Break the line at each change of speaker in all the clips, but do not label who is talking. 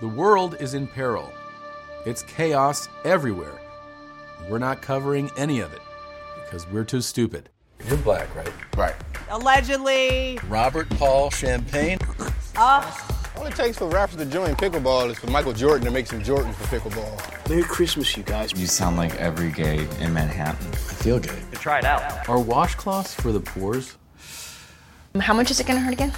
The world is in peril. It's chaos everywhere. We're not covering any of it because we're too stupid. You're black, right?
Right.
Allegedly.
Robert Paul Champagne.
All it takes for rappers to join pickleball is for Michael Jordan to make some Jordans for pickleball.
Merry Christmas, you guys.
You sound like every gay in Manhattan.
I feel good.
Try it out.
Are washcloths for the pores?
How much is it gonna hurt again?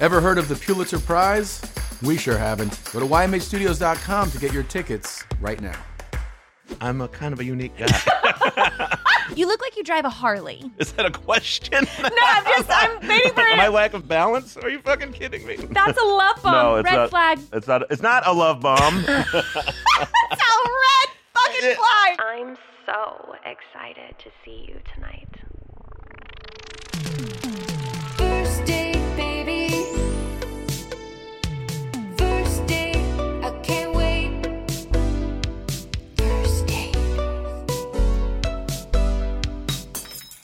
Ever heard of the Pulitzer Prize? We sure haven't. Go to ymhstudios.com to get your tickets right now.
I'm a kind of a unique guy.
You look like you drive a Harley.
Is that a question?
No, I'm just, I'm waiting for
My
it.
lack of balance? Are you fucking kidding me?
That's a love bomb.
No, Oh, it's
red
not.
flag.
It's not. It's not a love bomb.
That's a red fucking flag.
I'm so excited to see you tonight.
First date, baby. First date, I can't wait. First date.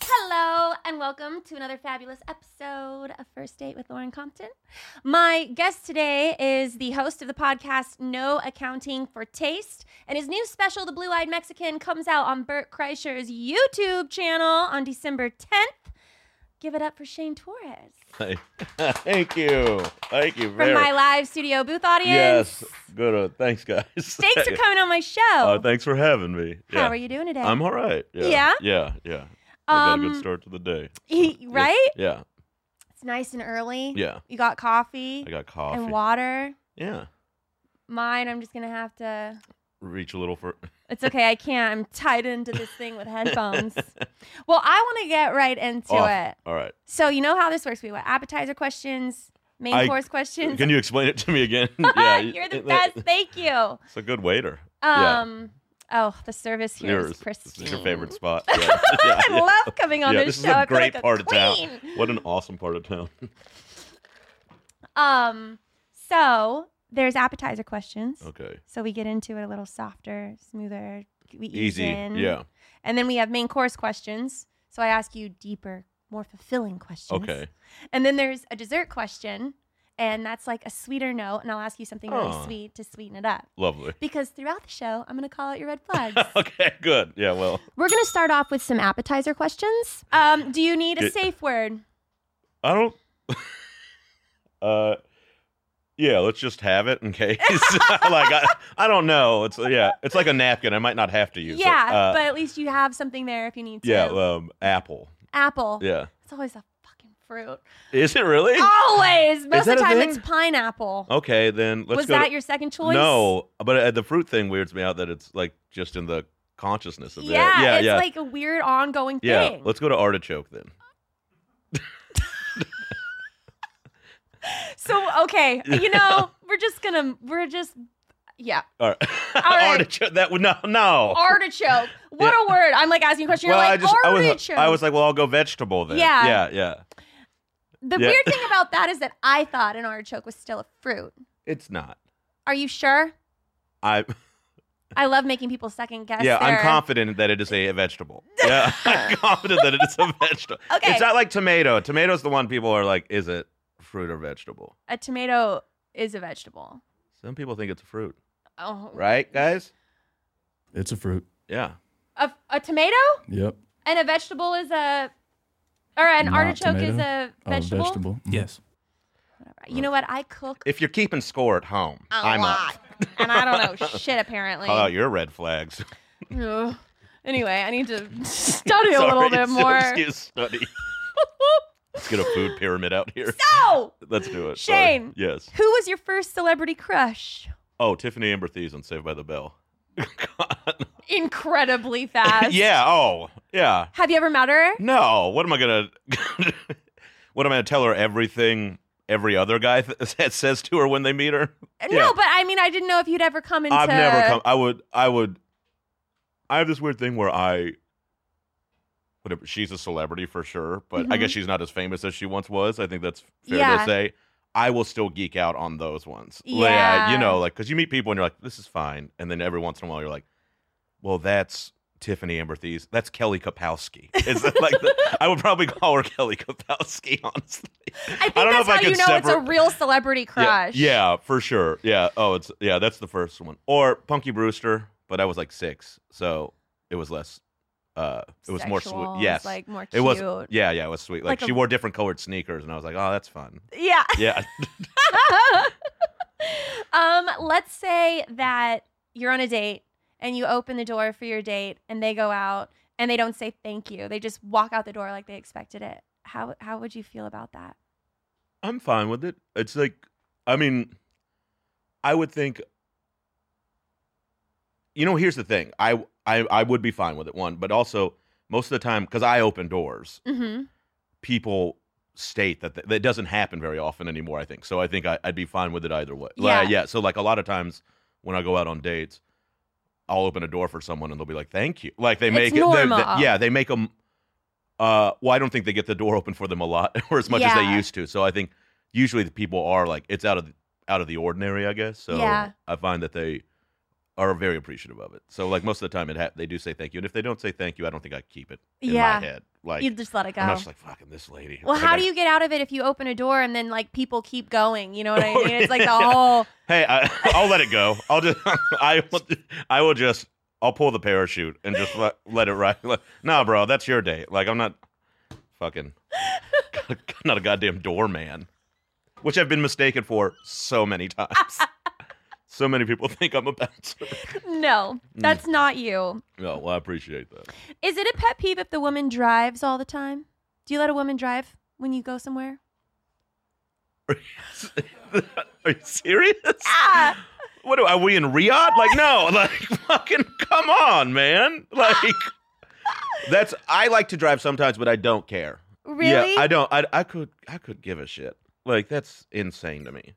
Hello, and welcome to another fabulous episode of First Date with Lauren Compton. My guest today is the host of the podcast No Accounting for Taste, and his new special, The Blue Eyed Mexican, comes out on Burt Kreischer's YouTube channel on December 10th. Give it up for Shane Torres
Thank you. Thank you
from
very
my live studio booth audience.
Yes. Good. uh, Thanks, guys.
Thanks for coming on my show.
Uh, thanks for having me.
How
Yeah.
are you doing today?
I'm all right. Yeah.
Yeah?
Yeah. yeah. I got a
Um,
good start to the day.
right?
Yeah.
It's nice and early.
Yeah.
You got coffee,
I got coffee.
and water.
yeah.
Mine, I'm just gonna have to.
Reach a little for.
It's okay. I can't. I'm tied into this thing with headphones. well, I want to get right into
Off.
it.
Oh, All right.
So you know how this works. We have appetizer questions, main
I-
course questions.
Can you explain it to me again? you-
You're the best. Thank you.
It's a good waiter. Yeah.
Um. Oh, the service here is
Yours. This
pristine.
is your favorite spot. Yeah. Yeah,
I
yeah.
love coming on
yeah,
this,
this
show.
is
I
a
feel like
great
a
part of town.
queen.
What an awesome part of town.
Um. So there's appetizer questions.
Okay.
So we get into it a little softer, smoother. We ease
Easy.
in.
Yeah.
And then we have main course questions. So I ask you deeper, more fulfilling questions.
Okay.
And then there's a dessert question, and that's like a sweeter note, and I'll ask you something really
Oh.
sweet to sweeten it up.
Lovely.
Because throughout the show, I'm going to call out your red flags.
okay. Good. Yeah. Well.
We're going to start off with some appetizer questions. Um, do you need a
Good.
safe word?
I don't. uh, yeah. Let's just have it in case. like I, I don't know. It's yeah. It's like a napkin. I might not have to use it.
yeah,
Uh,
but at least you have something there if you need to.
yeah. Um, apple.
Apple.
Yeah.
It's always a fucking fruit.
Is it really?
Oh. Always. Most of
that
the
a
time,
thing?
it's pineapple.
Okay. Then let's
Was
go. to-
that your second choice?
No, but uh, the fruit thing weirds me out. That it's like just in the consciousness of the-
Yeah,
Yeah.
it's
yeah.
like a weird ongoing
yeah.
thing.
Let's go to artichoke then.
so okay, you know, we're just gonna we're just yeah.
All right.
right.
artichoke. That would no no.
Artichoke. What a word. I'm like asking a question.
Oh. well,
You're like
I just
artichoke.
I was I was like, well, I'll go vegetable then.
Yeah.
Yeah. Yeah.
the
yeah.
weird thing about that is that I thought an artichoke was still a fruit.
It's not.
Are you sure?
I
I love making people second guess.
yeah,
their-
I'm confident that it is a vegetable. Yeah, I'm confident that it is a vegetable.
Okay.
It's not like tomato. Tomato's the one people are like, is it fruit or vegetable?
A tomato is a vegetable.
Some people think it's a fruit,
Oh,
right, guys?
It's a fruit.
Yeah.
A, a tomato
Yep.
and a vegetable is a, or an
Not
artichoke is
tomato.
a
Oh,
vegetable.
Yes.
You know what? I cook
If you're keeping score at home,
a
I'm
lot,
up.
and I don't know shit apparently.
Call out your red flags.
Ugh. Anyway, I need to study a
Sorry,
little bit
so
more.
excuse study. Let's get a food pyramid out here.
so,
Let's do it. Sorry.
Shane.
Yes.
who was your first celebrity crush?
Oh, Tiffany Amber Thies on Saved by the Bell.
Incredibly fast.
yeah. Oh, yeah.
Have you ever met her?
No, what am I gonna? what am I gonna tell her? Everything every other guy th- says to her when they meet her.
No, but I mean, I didn't know if you'd ever come into.
I've never come. I would. I would. I have this weird thing where I. Whatever. She's a celebrity for sure, but I guess she's not as famous as she once was. I think that's fair
Mm-hmm. Yeah.
to say. I will still geek out on those ones.
Yeah.
you know, like because you meet people and you're like, this is fine, and then every once in a while you're like, well, that's Tiffany Amber Thies. That's Kelly Kapowski. Is that like the, I would probably call her Kelly Kapowski, honestly.
I think
I don't know
that's
if I
how you
could
know it's a
separate-
real celebrity
Yeah,
crush.
yeah, for sure. Yeah. Oh, it's yeah. That's the first one. Or Punky Brewster, but I was like six, so it was less. Uh, it was more
Sexual,
sweet.
it's,
Yes,
like more
it
cute.
was. Yeah, yeah, it was sweet. Like,
Like a-
she wore different colored sneakers, and I was like, oh, that's fun.
Yeah.
Yeah.
um, let's say that you're on a date and you open the door for your date and they go out and they don't say thank you. They just walk out the door like they expected it. How how would you feel about that?
I'm fine with it. It's like, I mean, I would think. You know, here's the thing. I I I would be fine with it. One, but also most of the time, because I open doors,
Mm-hmm.
people state that th- that doesn't happen very often anymore. I think so. I think I, I'd be fine with it either way.
Yeah.
yeah. So like a lot of times when I go out on dates, I'll open a door for someone and they'll be like, "Thank you." Like they
It's
make it. they- they-
normal.
yeah, they make them. Uh, well, I don't think they get the door open for them a lot or as much as they
Yeah.
used to. So I think usually the people are like it's out of the, out of the ordinary, I guess. So
Yeah.
I find that they are very appreciative of it. So like most of the time, it ha- they do say thank you, and if they don't say thank you, I don't think I keep it in
Yeah.
my head. Like
you just let it go.
I'm not just like fucking this lady.
well,
Like,
how
I-
do you get out of it if you open a door and then like people keep going? You know what I
Oh,
mean? It's like the
yeah.
whole
Hey, I, I'll let it go. I'll just, I will, I will just, I'll pull the parachute and just let, let it ride. Like, nah, bro, that's your day. Like, I'm not fucking, not a goddamn doorman, which I've been mistaken for so many times. so many people think I'm a bouncer.
no,
Mm.
that's not you.
No, well, I appreciate that.
Is it a pet peeve if the woman drives all the time? Do you let a woman drive when you go somewhere?
Are you serious?
Ah.
What do- are we in Riyadh? Like, no, like, fucking, come on, man. Like, that's I like to drive sometimes, but I don't care.
Really?
Yeah, I don't. I, I could I could give a shit. Like, that's insane to me.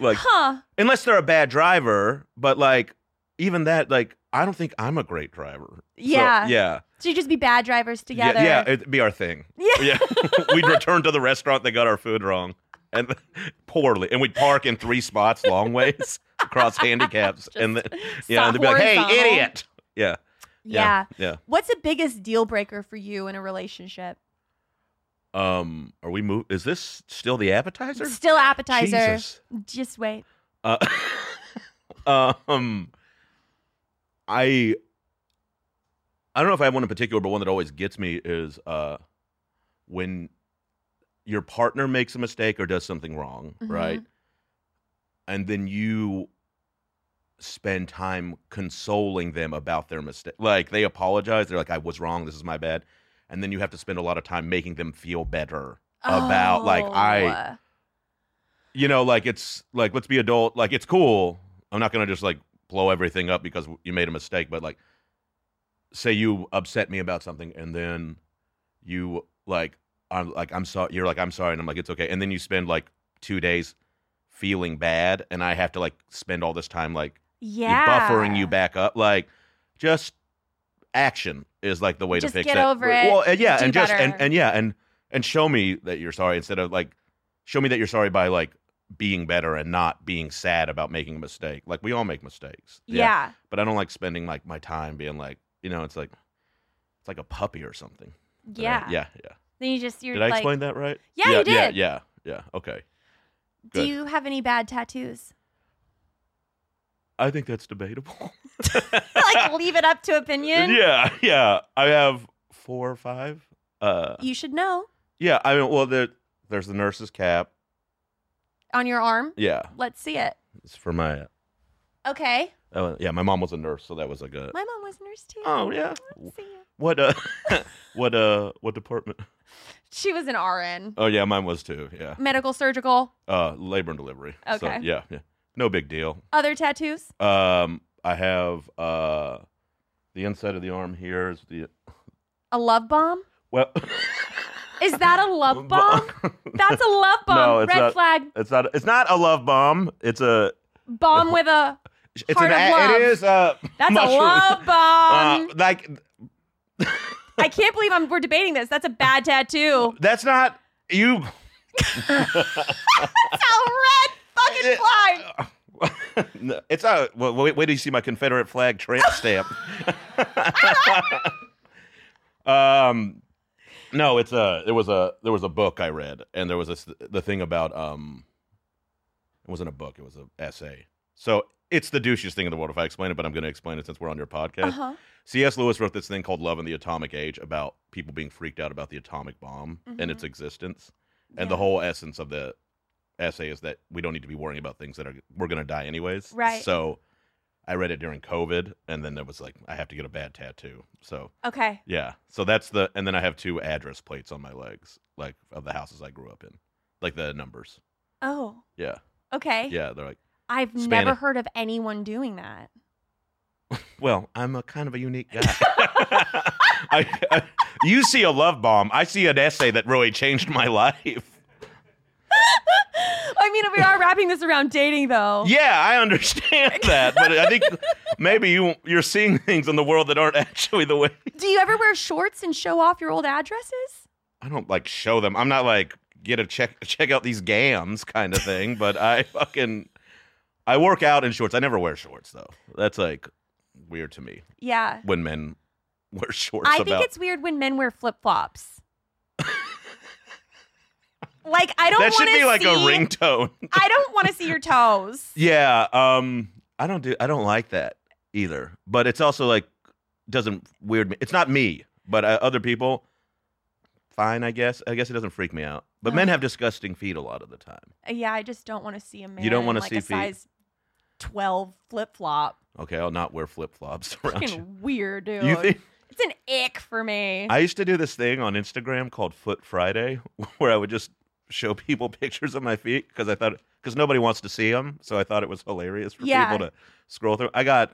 Like,
huh.
unless they're a bad driver, but like, even that, like, I don't think I'm a great driver. So,
Yeah.
yeah.
So you just be bad drivers together.
Yeah, yeah, it'd be our thing.
Yeah.
we'd return to the restaurant that got our food wrong and poorly, and we'd park in three spots long ways across handicaps, and then yeah, and they'd be like,
horizontal."
"Hey, idiot!" Yeah,
Yeah.
yeah,
What's the biggest deal breaker for you in a relationship?
yeah. Um, are we move? Is this still the appetizer?
Still appetizer.
Jesus.
Just wait.
Uh, um, I I don't know if I have one in particular, but one that always gets me is uh, when your partner makes a mistake or does something wrong, right? And then you spend time consoling them about their mistake. Like they apologize, they're like, "I was wrong. This is my bad," and then you have to spend a lot of time making them feel better about like I
Oh.
you know, like it's like let's be adult. Like it's cool. I'm not gonna just like blow everything up because you made a mistake. But like, say you upset me about something, and then you like I'm like I'm sorry. You're like I'm sorry, and I'm like it's okay. And then you spend like two days feeling bad, and I have to like spend all this time like
Yeah.
buffering you back up. Like just action is like the way
Just
to fix
get
it.
over
Like,
it,
Well, and yeah,
do
and just and,
better.
and yeah, and and show me that you're sorry instead of like show me that you're sorry by like being better and not being sad about making a mistake. Like we all make mistakes.
Yeah.
But I don't like spending like my time being like, you know, it's like it's like a puppy or something. But, uh,
Yeah.
Yeah. Yeah.
Then you just you're
Did I
like
explain that right?
Yeah,
yeah
you
Yeah.
did.
Yeah. Yeah. Okay.
Do
Good.
you have any bad tattoos?
I think that's debatable.
like leave it up to opinion.
Yeah, yeah. I have four or five. Uh,
You should know
yeah. I mean, well, there, there's the nurse's cap.
on your arm.
Yeah,
Let's see it.
it's for my.
Okay.
Uh, yeah, my mom was a nurse, so that was like a.
My mom was a nurse too.
Oh yeah.
Let's see it.
What uh, what uh, what department?
She was an RN.
Oh yeah, mine was too. Yeah.
Medical surgical.
Uh, labor and delivery. So,
Okay.
yeah, yeah. No big deal.
Other tattoos?
Um, I have uh, the inside of the arm here is the
A love bomb?
well.
Is that a love bomb? That's a love bomb.
No, it's
Red
not-
flag
It's not. It's not a love bomb. It's a.
bomb with a.
It's
Heart
an.
of
a-
love.
It is a.
That's
mushroom.
a love
Uh,
bomb.
like
I can't believe I'm, we're debating this. That's a bad tattoo.
that's not you.
That's a red fucking flag.
No, it's a well, wait. Wait till you see my Confederate flag tramp stamp. um, no, it's a. There was a. There was a book I read, and there was this the thing about um. It wasn't a book. It was an essay. So it's the douchiest thing in the world if I explain it, but I'm going to explain it since we're on your podcast.
Uh-huh.
C.S. Lewis wrote this thing called Love in the Atomic Age about people being freaked out about the atomic bomb and its existence. And the
Mm-hmm. Yeah.
whole essence of the essay is that we don't need to be worrying about things that are we're going to die anyways.
Right.
So I read it during COVID and then there was like I have to get a bad tattoo. So
Okay.
yeah. So that's the and then I have two address plates on my legs like of the houses I grew up in. Like the numbers.
Oh.
Yeah.
Okay.
Yeah, they're like,
I've
Span
never
it.
heard of anyone doing that.
"Well, I'm a kind of a unique guy." I, I, you see a love bomb. I see an essay that really changed my life.
I mean, we are wrapping this around dating, though.
Yeah, I understand that, but I think maybe you you're seeing things in the world that aren't actually the way.
Do you ever wear shorts and show off your old addresses?
I don't like show them. I'm not like get a check check out these gams kind of thing. But I fucking I work out in shorts. I never wear shorts though. That's like weird to me
Yeah.
when men wear shorts.
I think
about.
it's weird when men wear flip flops. like I don't.
that should
wanna
be like a
see-
ringtone.
I don't want to see your toes.
Yeah, um I don't do I don't like that either. But it's also like doesn't weird me. It's not me, but uh, other people fine, I guess. I guess it doesn't freak me out. But men have disgusting feet a lot of the time.
Uh, Yeah, I just don't want to see a man.
You don't
in,
wanna
like
see
a
feet.
size twelve flip flop.
Okay, I'll not wear flip-flops around you.
Fucking weird, dude.
You think
It's an ick for me.
I used to do this thing on Instagram called Foot Friday where I would just show people pictures of my feet because I thought because nobody wants to see them, so I thought it was hilarious for
Yeah.
people to scroll through. I got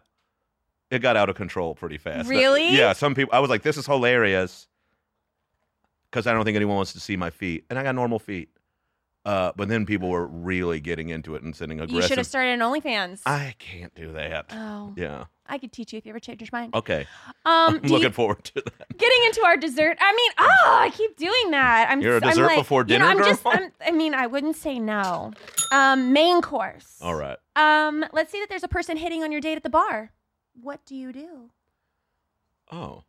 it got out of control pretty fast. That-
Really?
yeah, some people I was like this is hilarious cuz I don't think anyone wants to see my feet and I got normal feet. Uh, but then people were really getting into it and sending
you should have
aggressive.
started an OnlyFans.
I can't do that.
oh,
yeah.
I could teach you if you ever change your mind.
Okay.
Um,
I'm
do you-
looking forward to that.
getting into our dessert. I mean, oh, I keep doing that. I'm
You're a
I'm
dessert
like-
before
you know,
dinner
I'm just.
girl?
I'm, I mean, I wouldn't say no. Um, main course.
All right.
Um, let's say that there's a person hitting on your date at the bar. What do you do?
Oh.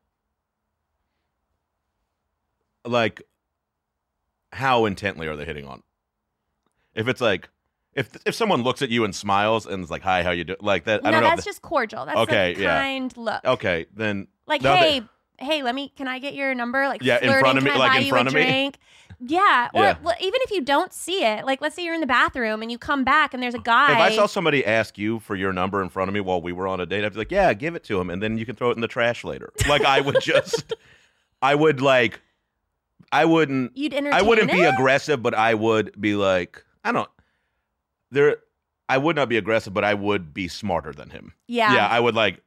Like, how intently are they hitting on? If it's like, if if someone looks at you and smiles and is like, "Hi, how you do?" Like that, I
no,
don't know. if
that's just cordial. That's
Okay,
like
yeah.
kind look.
that- okay, then
Like,
no, they-
hey, hey, let me. Can I get your number? Like,
Yeah, in
flirting,
front of me-
Can I
like,
buy
in
you
front
a
of me?
drink? Yeah. Or
Yeah.
well, even if you don't see it, like, let's say you're in the bathroom and you come back and there's a guy.
if I saw somebody ask you for your number in front of me while we were on a date, I'd be like, "Yeah, give it to him, and then you can throw it in the trash later." Like, I would just, I would like, I wouldn't
you'd entertain.
I wouldn't be
it?
aggressive, but I would be like, I don't. There, I would not be aggressive, but I would be smarter than him.
Yeah.
yeah I would like.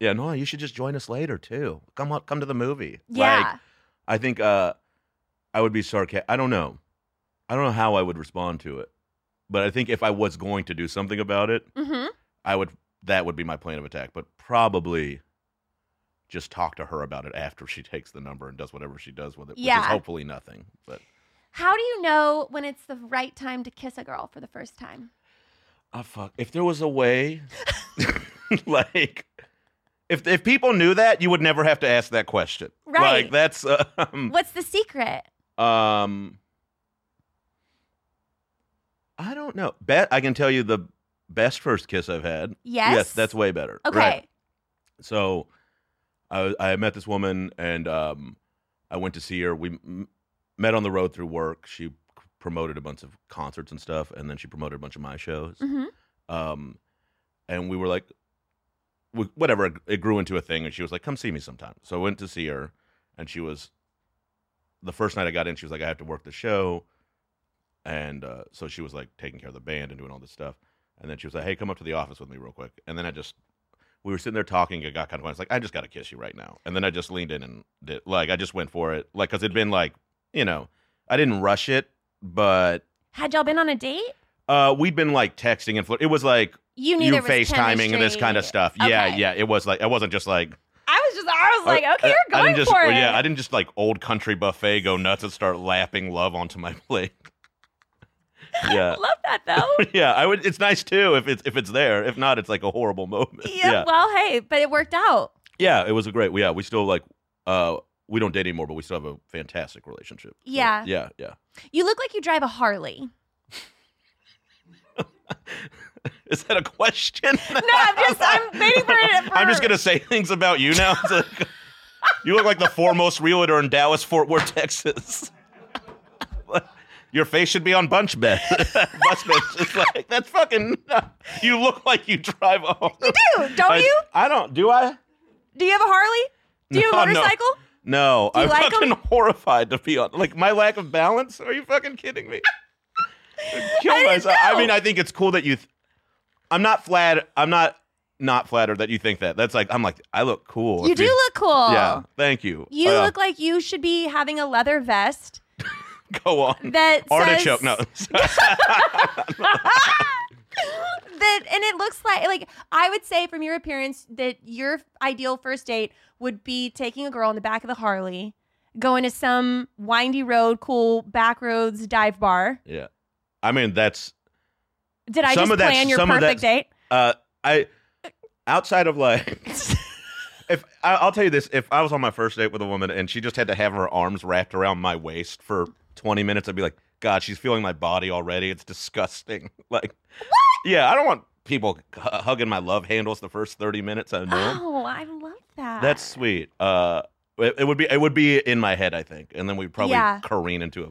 Yeah, no, you should just join us later too. Come on, come to the movie.
yeah.
like, I think uh, I would be sarcastic. I don't know. I don't know how I would respond to it, but I think if I was going to do something about it,
mm-hmm.
I would. That would be my plan of attack, but probably just talk to her about it after she takes the number and does whatever she does with it, which
Yeah.
is hopefully nothing. But
How do you know when it's the right time to kiss a girl for the first time?
Oh fuck! If there was a way, like, if if people knew that, you would never have to ask that question.
Right.
Like that's um,
What's the secret?
um. I don't know. Bet I can tell you the best first kiss I've had.
Yes.
that's way better.
okay.
Right. So, I I met this woman and um, I went to see her. We m- met on the road through work. She promoted a bunch of concerts and stuff, and then she promoted a bunch of my shows
hmm
um, and we were like, we, whatever. It grew into a thing, and she was like, "Come see me sometime." So I went to see her, and she was. The first night I got in, she was like, "I have to work the show," and uh, so she was like taking care of the band and doing all this stuff. And then she was like, "Hey, come up to the office with me real quick." And then I just, we were sitting there talking. It got kind of. I was like, "I just got to kiss you right now." And then I just leaned in and did, like, I just went for it, like, cause it'd been like, you know, I didn't rush it, but
Had y'all been on a date?
uh, we'd been like texting and flirt. It was like
You knew
you
there was
FaceTiming and this kind of
chemistry.
stuff. Yeah,
Okay.
yeah. It was like I wasn't just like
I was just, I was like,
uh,
okay, you're
I
going
didn't just,
for it.
Yeah, I didn't just like old country buffet go nuts and start lapping love onto my plate. Yeah.
Love that though.
yeah, I would. It's nice too if it's if it's there. If not, it's like a horrible moment.
yeah, Well, hey, but it worked out.
Yeah, it was a great. Yeah, we still like. uh We don't date anymore, but we still have a fantastic relationship. So,
Yeah.
yeah, yeah.
You look like you drive a Harley.
Is that a question? No,
I'm just- I'm waiting for it at
I'm just
first.
gonna say things about you now. It's like- you look like the foremost realtor in Dallas, Fort Worth, Texas. Your face should be on bunch bed. Bus bed. It's like that's fucking. You look like you drive a. Harley.
You do, don't
I,
you?
I don't. Do I?
Do you have a Harley? Do you have a
No, no.
motorcycle?
No,
you
I'm
like 'em?
fucking horrified to be on. Like my lack of balance. Are you fucking kidding me? Kill
I didn't
myself. I
know.
mean, I think it's cool that you. Th- I'm not flat. I'm not not flattered that you think that. That's like I'm like I look cool.
You
if
do look cool.
Yeah, thank you.
You
Uh,
look like you should be having a leather vest
go on.
that
Artichoke.
says,
No,
that and it looks like like I would say from your appearance that your ideal first date would be taking a girl in the back of the Harley, going to some windy road, cool back roads dive bar.
yeah. I mean that's
Did I
Some
just
of that's-
plan your
some of
perfect date?
uh I outside of like if I, I'll tell you this if I was on my first date with a woman and she just had to have her arms wrapped around my waist for 20 minutes I'd be like god she's feeling my body already it's disgusting like yeah I don't want people h- hugging my love handles the first 30 minutes I know 'em.
Oh, I love that.
That's sweet. Uh, it, it would be it would be in my head, I think, and then we'd probably
Yeah. Oh,
careen into a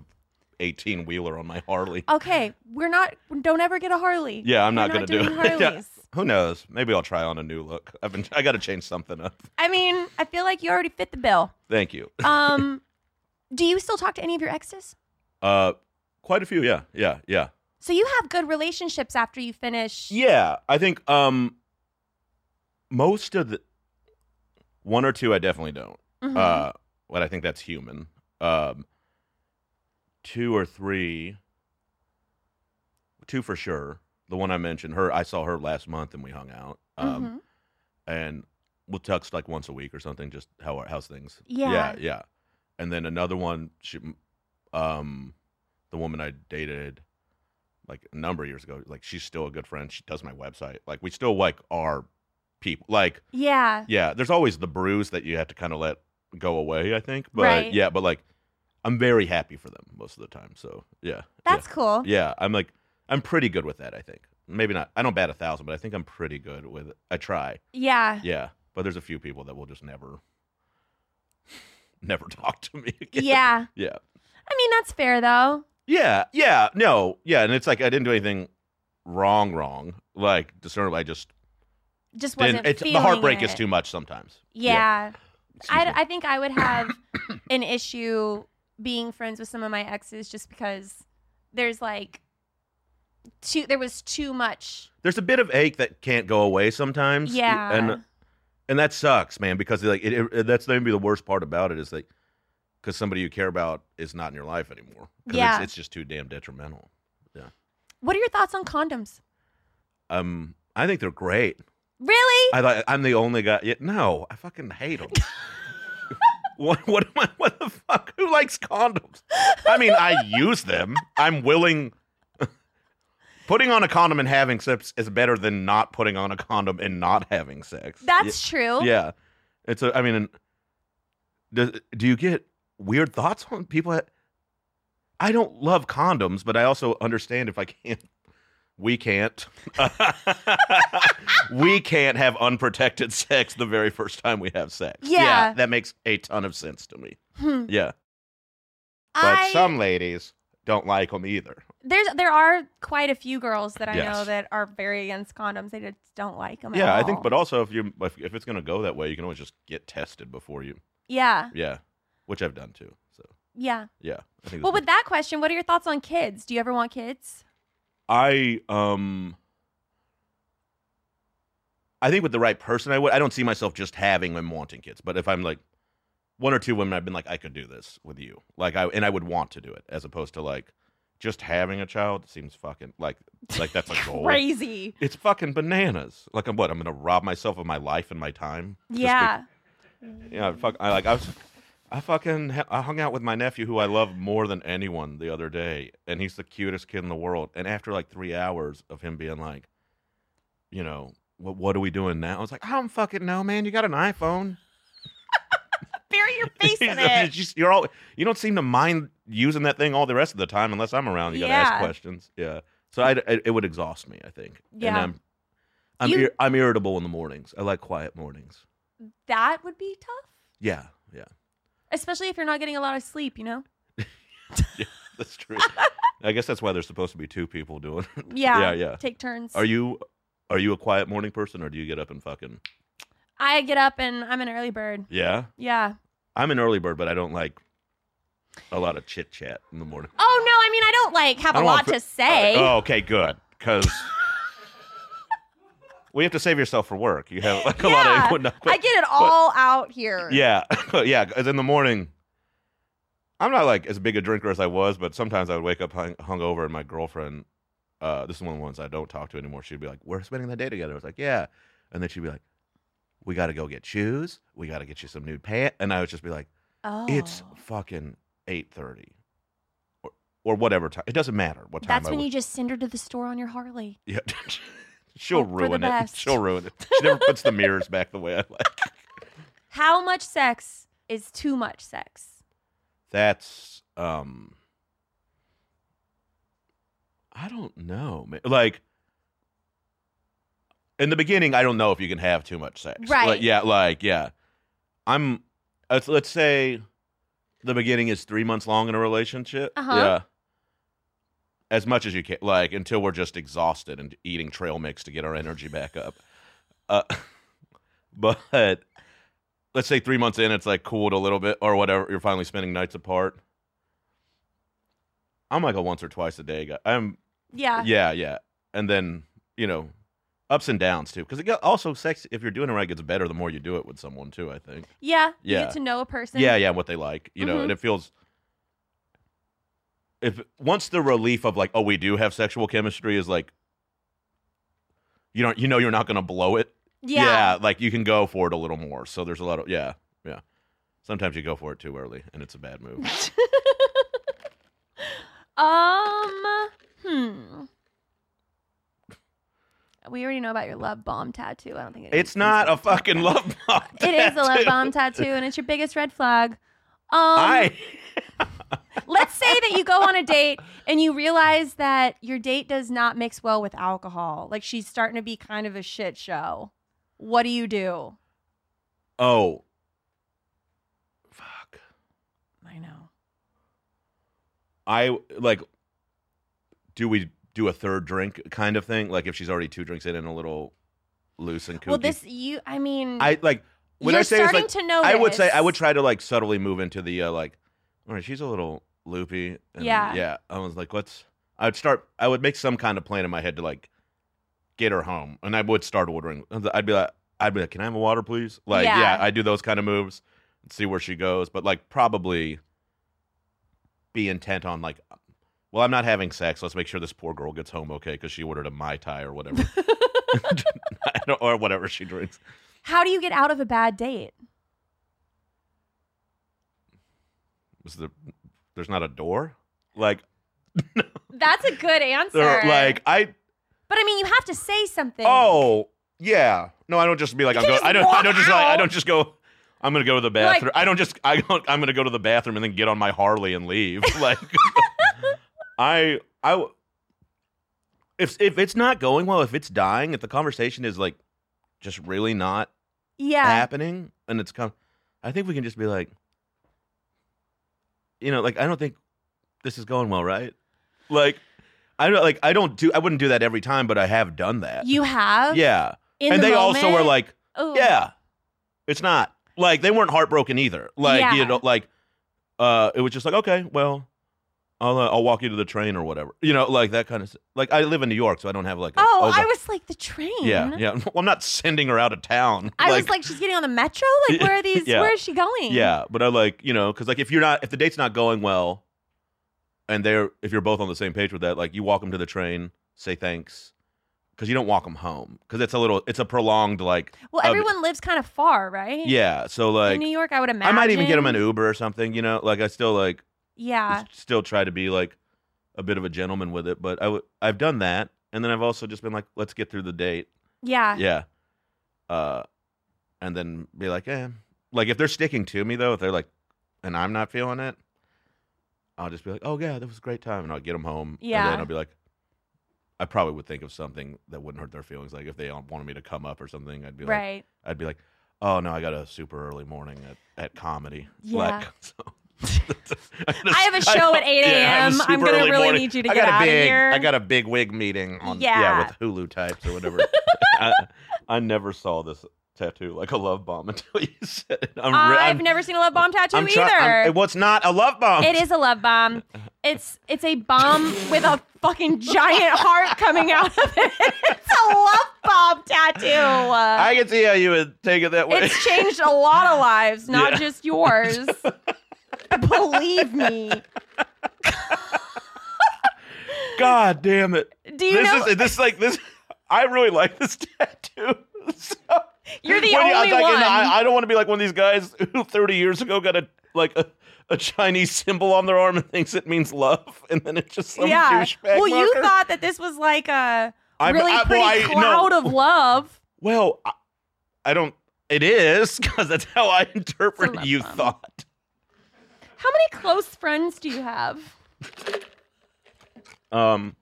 eighteen wheeler on my Harley.
okay. We're not. Don't ever get a Harley.
Yeah, I'm
We're
not gonna do
doing
it. Yeah.
Harleys.
Who knows? Maybe I'll try on a new look. I've been I got to change something up.
I mean, I feel like you already fit the bill.
Thank you.
Um, do you still talk to any of your exes?
Uh, quite a few. Yeah, yeah, yeah,
So you have good relationships after you finish.
yeah. I think um, most of the one or two I definitely don't.
Mhm.
Uh, but I think that's human. Um, two or three, two for sure. The one I mentioned, her, I saw her last month and we hung out. Um,
Mhm.
and we'll text like once a week or something, just how are- how's things?
Yeah.
yeah, yeah. And then another one, she, um, the woman I dated like a number of years ago, like she's still a good friend. She does my website. Like we still like are people. Like
Yeah.
yeah, there's always the bruise that you have to kind of let go away, I think. But
Right.
yeah, but like I'm very happy for them most of the time. So yeah.
That's cool.
yeah. yeah, I'm like I'm pretty good with that, I think. Maybe not I don't bat a thousand, but I think I'm pretty good with it. I try.
Yeah.
Yeah. But there's a few people that will just never never talk to me again.
Yeah.
Yeah.
I mean, that's fair though.
Yeah. Yeah. No. Yeah. And it's like I didn't do anything wrong wrong. Like discernible. I just
Just wasn't
didn't it's
feeling
the heartbreak
is
is too much sometimes.
Yeah.
Excuse me.
I, I think I would have an issue being friends with some of my exes just because there's like too there was too much.
there's a bit of ache that can't go away sometimes.
Yeah.
and and that sucks, man, because like it, it, that's maybe the worst part about it is that because somebody you care about is not in your life anymore. 'Cause
Yeah.
it's, it's just too damn detrimental.
What are your thoughts on condoms?
Um, I think they're great.
Really?
I thought I'm the only guy. Yeah, no, I fucking hate them. what? What am I? What the fuck? Who likes condoms? I mean, I use them. I'm willing. Putting on a condom and having sex is better than not putting on a condom and not having sex. Yeah.
That's true.
Yeah, it's a. I mean, do do you get weird thoughts on people? That, I don't love condoms, but I also understand if I can't. We can't. we can't have unprotected sex the very first time we have sex.
Yeah.
that makes a ton of sense to me.
Hmm.
Yeah, but
I,
some ladies don't like them either.
there's there are quite a few girls that I know
Yes.
that are very against condoms. They just don't like them.
Yeah, I think. But also, if you if, if it's gonna go that way, you can always just get tested before you.
yeah,
Yeah, which I've done too. So
yeah.
yeah, I think.
Well,
that's-
with that question, what are your thoughts on kids? Do you ever want kids?
I um I think with the right person I would I don't see myself just having and wanting kids, but if I'm like one or two women I've been like I could do this with you. Like I and I would want to do it as opposed to like just having a child seems fucking like like that's a goal.
Crazy.
It's fucking bananas. Like I'm what? I'm gonna rob myself of my life and my time. Just be-
Yeah.
yeah. Fuck. I like. I was. I fucking h- I hung out with my nephew who I love more than anyone the other day, and he's the cutest kid in the world. And after like three hours of him being like, you know, what what are we doing now? I was like, I don't fucking know, man. You got an iPhone.
Bury your face in
It's
it.
just- you're all you don't seem to mind using that thing all the rest of the time unless I'm around. You gotta
Yeah.
ask questions. Yeah. So I'd, it, it would exhaust me. I think. And
Yeah.
I'm I'm,
You-
ir- I'm irritable in the mornings. I like quiet mornings.
That would be tough,
Yeah. Yeah.
especially if you're not getting a lot of sleep. You know?
That's true. I guess that's why there's supposed to be two people doing. it. Yeah, yeah.
Take turns.
Are you are you a quiet morning person or do you get up and fucking?
I get up and I'm an early bird.
Yeah.
Yeah.
I'm an early bird, but I don't like a lot of chit chat in the morning.
Oh no, I mean I don't like have
I
a
don't wanna
lot
fi-
to say.
Oh, okay, good. Because we have to save yourself for work. You have like a
Yeah,
lot of no,
I get it all out here.
Yeah, yeah. Because in the morning, I'm not like as big a drinker as I was, but sometimes I would wake up hung, hungover, and my girlfriend, uh, this is one of the ones I don't talk to anymore. She'd be like, "We're spending the day together." I was like, "Yeah," and then she'd be like, "We got to go get shoes. We got to get you some new pants," and I would just be like,
Oh.
"It's fucking eight thirty, or or whatever time. It doesn't matter what time."
That's
I
when
wa-
you just send her to the store on your Harley.
yeah. She'll
Hope for the
ruin it.
best.
She'll ruin it. She never puts the mirrors back the way I like.
How much sex is too much sex?
That's um I don't know. Man. Like in the beginning, I don't know if you can have too much sex. Like,
Right.
yeah, like yeah. I'm let's, let's say the beginning is 3 months long in a relationship.
Uh-huh.
Yeah. As much as you can like until we're just exhausted and eating trail mix to get our energy back up. Uh but let's say three months in, it's like cooled a little bit or whatever. You're finally spending nights apart. I'm like a once or twice a day guy. I'm
Yeah.
yeah, yeah, and then you know, ups and downs too. Because it got, also sex if you're doing it right gets better the more you do it with someone too. I think.
Yeah. You
Yeah.
get to know a person.
Yeah, yeah, what they like, you know,
Mm-hmm.
and it feels. If once the relief of like, oh, we do have sexual chemistry is like. You don't, you know, you're not gonna blow it
Yeah.
like you can go for it a little more. So there's a lot of yeah, yeah. Sometimes you go for it too early, and it's a bad move.
Um. Hmm. We already know about your love bomb tattoo. I don't think it
it's not a fucking love bomb.
It is a love
tattoo.
bomb tattoo, and it's your biggest red flag. Um,
I
let's say that you go on a date and you realize that your date does not mix well with alcohol. Like she's starting to be kind of a shit show. What do you do?
oh, fuck.
I know.
I like. Do we do a third drink kind of thing? Like if she's already two drinks in and a little loose and kooky.
Well, this you. I mean,
I like
Mm.
when
you're
I say it's
starting
like
to notice.
I would say I would try to like subtly move into the uh, like, all right, she's a little loopy. And
Yeah.
Yeah. I was like, let's. I'd start. I would make some kind of plan in my head to like get her home, and I would start ordering. I'd be like, I'd be like, can I have a water, please? Like,
Yeah.
yeah, I do those kind of moves and see where she goes, but like probably be intent on like. Well, I'm not having sex. Let's make sure this poor girl gets home okay because she ordered a mai tai or whatever, I don't- or whatever she drinks.
How do you get out of a bad date?
was the there's not a door like
That's a good answer.
there, like i
but I mean, you have to say something.
oh yeah no i don't just be like i'm
can't
going
just
i don't i
walk
don't just like, i
out.
don't just go i'm gonna go to the
like-
bathroom i don't just i don't i'm gonna go to the bathroom and then get on my harley and leave like i i w- if if it's not going well if it's dying if the conversation is like just really not
yeah.
happening and it's come i think we can just be like you know like i don't think this is going well right like i don't like i don't do i wouldn't do that every time but i have done that
You have.
yeah
In
and
the
they also were
moment?
like
Oh.
yeah it's not like they weren't heartbroken either like
Yeah.
you know like uh it was just like okay well I'll, uh, I'll walk you to the train or whatever. You know, like that kind of s- like I live in New York, so I don't have like. a-
Oh,
like
I
a-
was like the train.
Yeah, yeah. Well, I'm not sending her out of town.
I was like, she's getting on the metro. Like, where are these?
Yeah.
Where is she going?
Yeah, but I like you know because like if you're not if the date's not going well, and they're if you're both on the same page with that, like you walk them to the train, say thanks, because you don't walk them home because it's a little it's a prolonged like
Well,
of-
everyone lives kind of far, right?
Um, yeah so like
in New York, I would imagine.
I might even get them an Uber or something you know like I still like
Yeah.
s- still try to be like a bit of a gentleman with it but I w- I've done that and then I've also just been like let's get through the date
Yeah.
yeah uh and then be like eh like if they're sticking to me though if they're like and I'm not feeling it I'll just be like oh yeah that was a great time and I'll get them home and
Yeah.
then I'll be like I probably would think of something that wouldn't hurt their feelings like if they wanted me to come up or something I'd be like
Right.
I'd be like, oh no, I got a super early morning at, at comedy.
Yeah.
Like, so. I, gotta-
I have a show at 8
yeah, I have a
a.m. I'm
super
gonna
early
really need you to
I
get
got a
outta
big-
here.
I got a big wig meeting on yeah,
Yeah.
with Hulu types or whatever. I, I never saw this tattoo like a love bomb until you said it. I'm, re-
I've
I'm-
never seen a love bomb tattoo
I'm try- I'm-
either.
well, it's not a love bomb.
it is a love bomb. It's it's a bomb with a fucking giant heart coming out of it. It's a love bomb tattoo.
I can see how you would take it that way.
it's changed a lot of lives, not
Yeah.
just yours. Believe me.
God damn it.
Do you
this
know
is this is like this. I really like this tattoo. So-
You're the
When you- I was
only
like, and
one.
I, I don't want to be like one of these guys who 30 years ago got a like a, a Chinese symbol on their arm and thinks it means love, and then it's just some douchebag.
Well, you
marker.
thought that this was like a
I'm-
really
I- well,
pretty
I- no.
cloud of love.
Well, I, I don't. It is because that's how I interpret
love
you
bomb.
thought.
How many close friends do you have?
Um,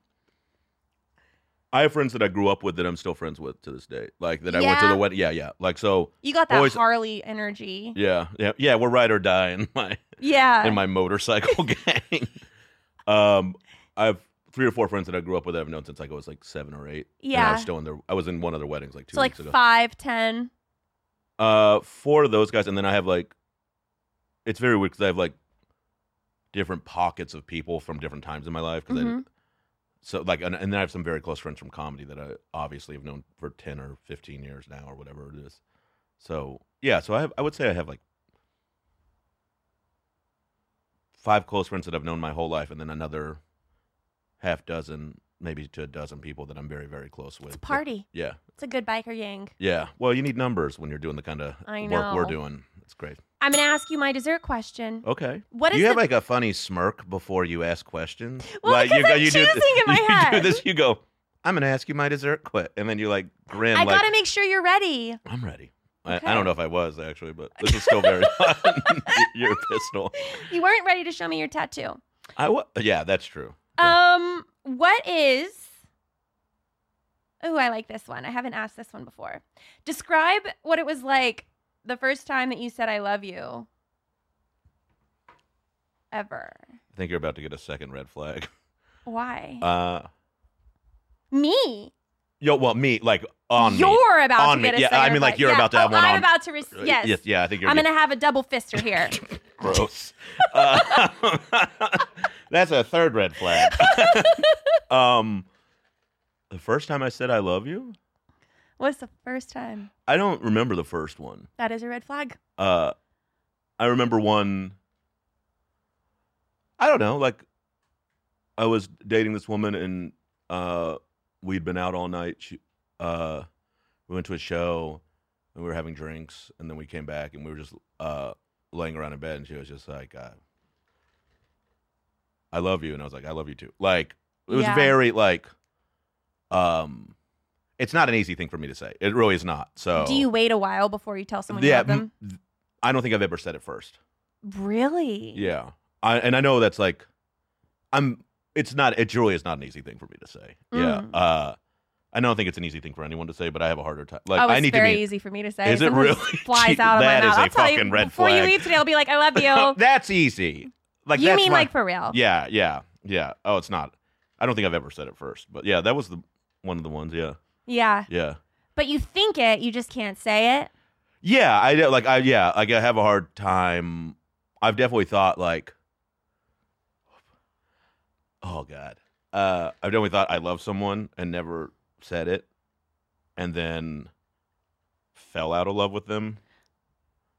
I have friends that I grew up with that I'm still friends with to this day. Like that I went to
Yeah.
the wedding. Yeah, yeah. Like so.
You got that
Always-
Harley energy.
Yeah, yeah, yeah. We're ride or die in my
Yeah.
in my motorcycle gang. Um, I have three or four friends that I grew up with that I've known since like I was like seven or eight. And I
Yeah.
was still in their. I was in one of their weddings like two
so like
weeks ago.
five, ten.
Uh, four of those guys, and then I have like, it's very weird because I have like different pockets of people from different times in my life. Because
Mhm.
so like, and, and then I have some very close friends from comedy that I obviously have known for ten or fifteen years now or whatever it is. So yeah, so I have, I would say I have like five close friends that I've known my whole life, and then another half dozen, maybe to a dozen people that I'm very very close with.
It's a
that-
party.
Yeah.
It's a good biker yang.
Yeah. Well, you need numbers when you're doing the kind of
I
work we're
know.
doing. It's great.
I'm gonna ask you my dessert question.
Okay.
What is
Oh, you have
the-
like a funny smirk before you ask questions.
Well,
like
because
you go,
I'm
you do,
choosing in my
you do
head.
this, you go, I'm gonna ask you my dessert quit. And then you like grin
I
like
gotta make sure you're ready.
I'm ready.
Okay.
I, I don't know if I was actually, but this is still very fun. Your pistol.
You weren't ready to show me your tattoo.
I wa- yeah, that's true. Yeah.
Um, what is? Oh, I like this one. I haven't asked this one before. Describe what it was like the first time that you said "I love you." Ever?
I think you're about to get a second red flag.
Why?
Uh
me?
yo, well me, like on me.
you're about
On
to
me.
get a
Yeah, I
second
mean, like,
bite.
you're
Yeah.
about to have
oh,
one
I'm
on-
about to. Re-
Uh,
yes.
yes. Yeah, I think you're
I'm gonna have a double fister here.
gross. Uh, that's a third red flag. um, the first time I said I love you,
What's the first time?
I don't remember the first one.
That is a red flag.
Uh, I remember one. I don't know, like I was dating this woman and uh, we'd been out all night. She, uh, we went to a show and we were having drinks, and then we came back and we were just uh, laying around in bed, and she was just like, uh, "I love you," and I was like, "I love you too." Like it was
Yeah.
very like, um, it's not an easy thing for me to say. It really is not. So
Do you wait a while before you tell someone you
Oh. yeah,
love them?
m- th- I don't think I've ever said it first.
Really?
Yeah, I and I know that's like, I'm. It's not. It really is not an easy thing for me to say.
Mm.
Yeah. Uh, I don't think it's an easy thing for anyone to say, but I have a harder time. Like
oh, it's
I need
very
to be.
easy for me to say.
Is it
Sometimes
really?
Flies out of
That
my
is
mouth.
a
I'll tell
fucking
you
red
before you
flag.
leave today. I'll be like, I love you.
that's easy. Like
you
that's
mean
my-
like for real?
Yeah, yeah, yeah. Oh, it's not. I don't think I've ever said it first, but yeah, that was the one of the ones. Yeah,
Yeah.
yeah,
But you think it, you just can't say it.
yeah. I don't- like. I yeah. Like I have a hard time. I've definitely thought like, oh god. Uh, I've definitely thought I love someone and never said it, and then fell out of love with them.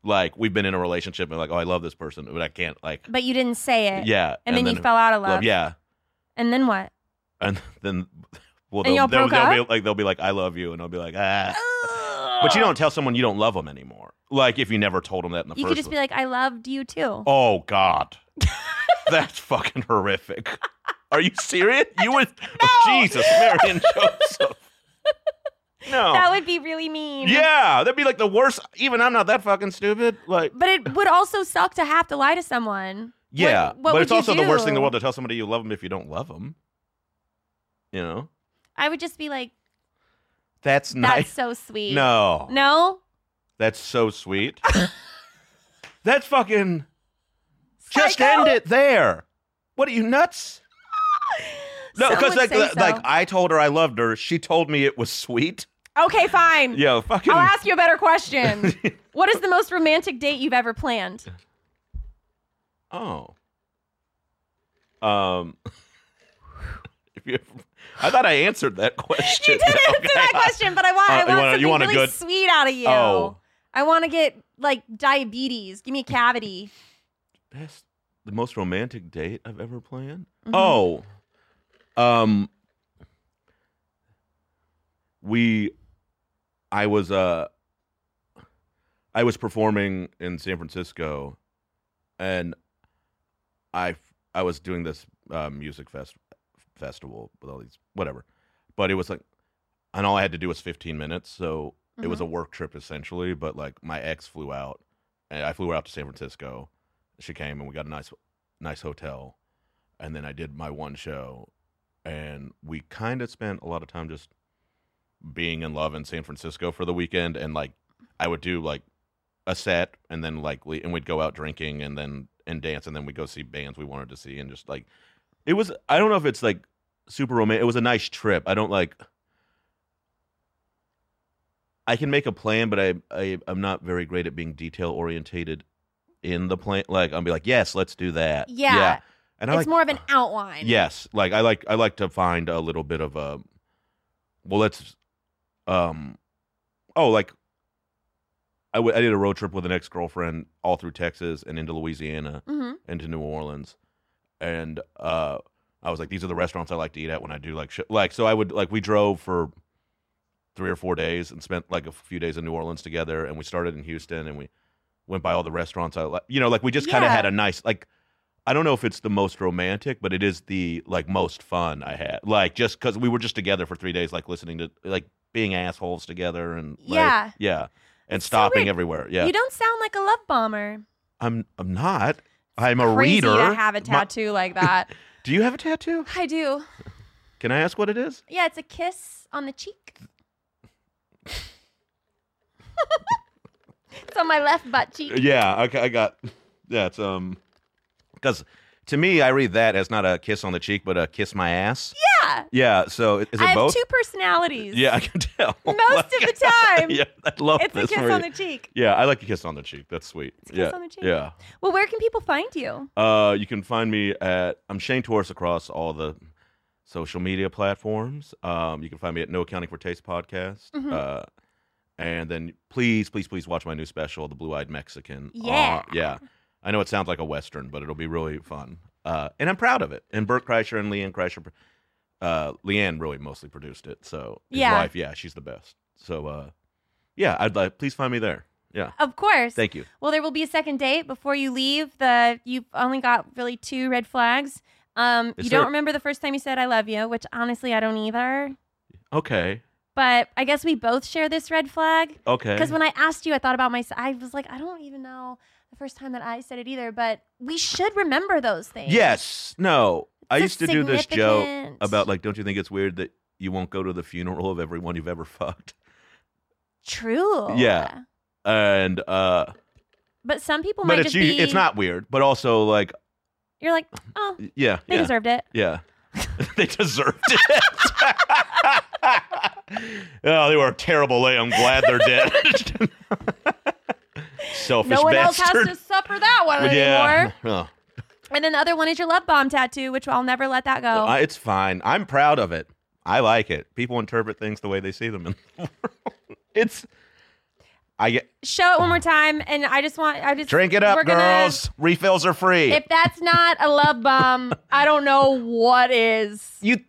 Like we've been in a relationship and like, oh, I love this person, but I can't like.
But you didn't say it.
Yeah,
And, then, you fell out of love.
Yeah,
And then what?
and then Well,
And y'all
they'll, they'll,
broke
they'll
up?
be like, they'll be like, "I love you," and I'll be like, "Ah." But you don't tell someone you don't love them anymore. Like if you never told them that in the
You
first.
could just be
place.
like, I loved you too.
"Oh God, that's fucking horrific." Are you serious? You would, Jesus, Mary and Joseph. No,
That would be really mean.
yeah, that'd be like the worst. Even I'm not that fucking stupid. Like,
But it would also suck to have to lie to someone.
yeah,
What- what
but it's
would you
also the worst thing in
do?
the world to tell somebody you love them if you don't love them. You know,
I would just be like,
that's
that's
nice.
so sweet.
No,
No?
That's so sweet. That's fucking. Just
Psycho?
end it there. What are you nuts? No,
Some
because
would
like,
say
like,
so.
like, I told her I loved her. She told me it was sweet.
Okay, fine.
Yo, fucking.
I'll ask you a better question. what is the most romantic date you've ever planned?
oh. Um. if you, I thought I answered that question.
You didn't answer that question, but I want,
Uh,
I want something
you wanna- you want a
really
good-
sweet out of you.
Oh.
I want to get like diabetes. Give me a cavity.
Best, the most romantic date I've ever planned. Oh, um, we, I was uh, I was performing in San Francisco, and I I was doing this uh, music fest festival with all these whatever, but it was like, and all I had to do was 15 minutes, so it was a work trip essentially. But like my ex flew out, and I flew out to San Francisco. She came and we got a nice nice hotel, and then I did my one show, and we kind of spent a lot of time just being in love in San Francisco for the weekend, and like I would do like a set and then like le- and we'd go out drinking and then and dance and then we'd go see bands we wanted to see and just like it was I don't know if it's like super romantic it was a nice trip I don't like I can make a plan but I, I I'm not very great at being detail orientated in the plan like I'll be like yes let's do that
Yeah.
and I
It's
like
more of an outline.
Yes, like I like I like to find a little bit of a well, let's um oh like I w- I did a road trip with an ex girlfriend all through Texas and into Louisiana
Mhm.
and to New Orleans, and uh I was like these are the restaurants I like to eat at when I do like sh-. like so I would like we drove for three or four days and spent like a few days in New Orleans together and we started in Houston and we went by all the restaurants I like you know like we just kind
Yeah.
of had a nice like I don't know if it's the most romantic, but it is the like most fun I had. Like just because we were just together for three days, like listening to like being assholes together and like,
Yeah.
yeah, and
It's so
stopping
weird.
everywhere. Yeah,
You don't sound like a love bomber.
I'm I'm not. I'm a
Crazy
reader.
to have a
My-
tattoo like that.
do you have a tattoo?
I do.
Can I ask what it is?
Yeah, it's a kiss on the cheek. it's on my left butt cheek.
Yeah, okay, I got. Yeah, it's um, because to me, I read that as not a kiss on the cheek, but a kiss my ass.
Yeah.
Yeah. so is it
I have
both?
two personalities.
yeah, I can tell.
Most of the time,
yeah, I love
it's a
this
kiss
for
on
you.
the cheek.
Yeah, I like a kiss on the cheek. That's sweet.
a kiss
yeah.
on the cheek.
Yeah.
Well, where can people find you?
Uh, you can find me at I'm Shane Torres across all the social media platforms. Um, you can find me at No Accounting for Taste podcast.
Mm-hmm.
Uh, and then please, please, please watch my new special, The Blue Eyed Mexican. Uh,
Yeah.
yeah. I know it sounds like a western, but it'll be really fun. Uh, and I'm proud of it. And Bert Kreischer and Leanne Kreischer, uh, Leanne really mostly produced it. So his
Yeah.
wife, yeah, she's the best. So uh, yeah, I'd like please find me there. Yeah,
Of course.
thank you.
Well, there will be a second date before you leave. The you've only got really two red flags. Um,
Yes,
you don't
sir.
remember the first time you said "I love you," which honestly I don't either.
Okay,
But I guess we both share this red flag
okay.
because when I asked you, I thought about myself. I was like, I don't even know the first time that I said it either. But we should remember those things.
Yes. No. I
So
used to do this joke
significant.
about like, don't you think it's weird that you won't go to the funeral of everyone you've ever fucked?
True.
Yeah. And uh
But some people
but
might
it's
just
you,
be.
it's not weird, but also like
You're like, oh,
yeah.
they
yeah.
deserved it.
Yeah. they deserved it. oh, they were terrible. eh? I'm glad they're dead. Selfish
No one else
bastard.
has to suffer that one anymore.
yeah. Oh.
And then the other one is your love bomb tattoo, which I'll never let that go.
I- it's fine. I'm proud of it. I like it. People interpret things the way they see them in the world. It's I get
Show it one more time, and I just want I just
drink it
we're
up,
gonna-
girls. Refills are free.
if that's not a love bomb, I don't know what is.
you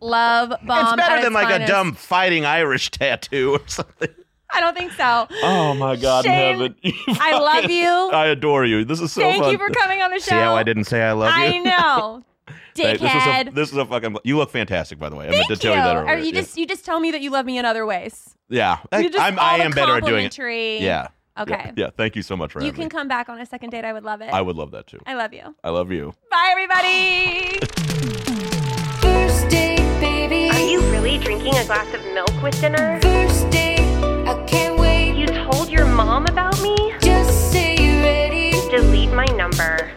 love bomb.
it's better
at
than like
finest.
a dumb fighting Irish tattoo or something.
I don't think so.
Oh my God
Shane,
in heaven! You
I love
fucking-
you.
I adore you. This is so
Thank
fun.
you for coming on the show.
See how I didn't say I love you?
I know, dickhead.
Hey, this, is a, this is a fucking. You look fantastic, by the way. I meant
Thank
to tell you that earlier.
Or you just you just tell me that you love me in other ways.
yeah.
You're just
I'm,
all
I
the
am better at doing it.
complimentary-
Yeah.
Okay.
Yeah. yeah. Thank you so much for
You
having
can come back on a second date. I would love it.
me. I would love that too.
I love you.
I love you.
Bye, everybody.
First date, baby.
Are you really drinking a glass of milk with dinner?
First date, I can't wait.
You told your mom about me?
Just say you're ready.
Delete my number.